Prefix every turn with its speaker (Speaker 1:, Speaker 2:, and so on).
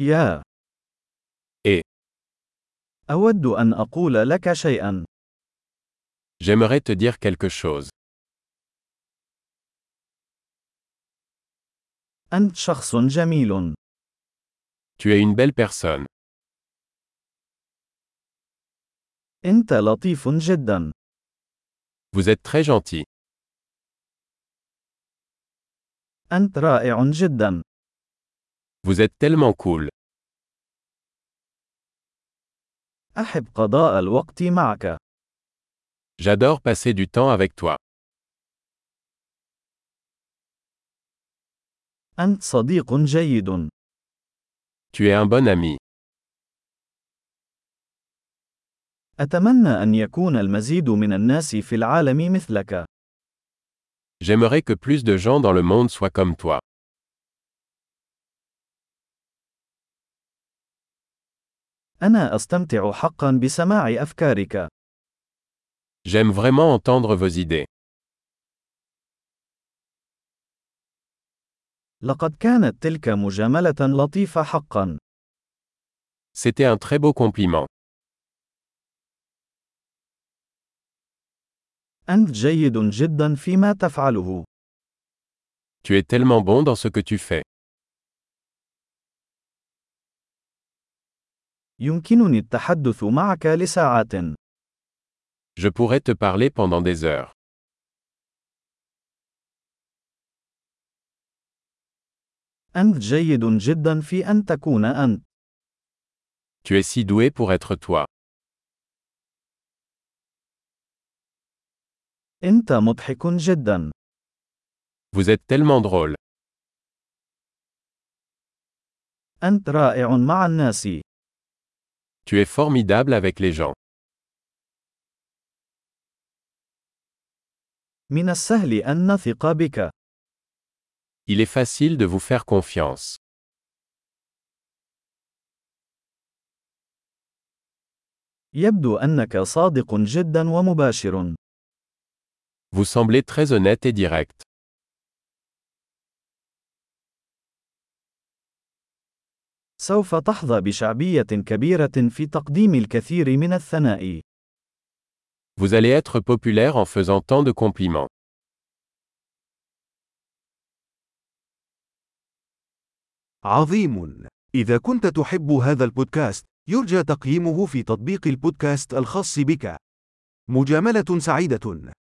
Speaker 1: يا
Speaker 2: Et
Speaker 1: أود أن أقول لك شيئا
Speaker 2: j'aimerais te dire quelque chose.
Speaker 1: أنت شخص جميل
Speaker 2: Tu es une belle personne.
Speaker 1: أنت لطيف جدا
Speaker 2: Vous êtes très gentil.
Speaker 1: أنت رائع جدا
Speaker 2: Vous êtes tellement cool.
Speaker 1: أحب قضاء الوقت معك
Speaker 2: J'adore passer du temps avec toi.
Speaker 1: أنت صديق جيد
Speaker 2: Tu es un bon ami.
Speaker 1: أتمنى أن يكون المزيد من الناس في العالم مثلك
Speaker 2: J'aimerais que plus de gens dans le monde soient comme toi.
Speaker 1: أنا أستمتع حقا بسماع أفكارك
Speaker 2: J'aime vraiment entendre vos idées.
Speaker 1: لقد كانت تلك مجاملة لطيفة حقا
Speaker 2: C'était un très beau compliment.
Speaker 1: أنت جيد جدا فيما تفعله
Speaker 2: Tu es tellement bon dans ce que tu fais.
Speaker 1: يمكنني التحدث معك لساعات
Speaker 2: Je pourrais te parler pendant des heures.
Speaker 1: أنت جيد جدا في أن تكون أنت
Speaker 2: Tu es si doué pour être toi.
Speaker 1: أنت مضحك جدا
Speaker 2: Vous êtes tellement drôle.
Speaker 1: أنت رائع مع الناس
Speaker 2: Tu es formidable avec les gens.
Speaker 1: من السهل أن نثق بك
Speaker 2: Il est facile de vous faire confiance.
Speaker 1: يبدو أنك صادق جدا ومباشر
Speaker 2: Vous semblez très honnête et direct.
Speaker 1: سوف تحظى بشعبية كبيرة في تقديم الكثير من الثناء
Speaker 2: Vous allez être populaire en faisant tant de compliments.
Speaker 3: عظيم اذا كنت تحب هذا البودكاست يرجى تقييمه في تطبيق البودكاست الخاص بك مجامله سعيده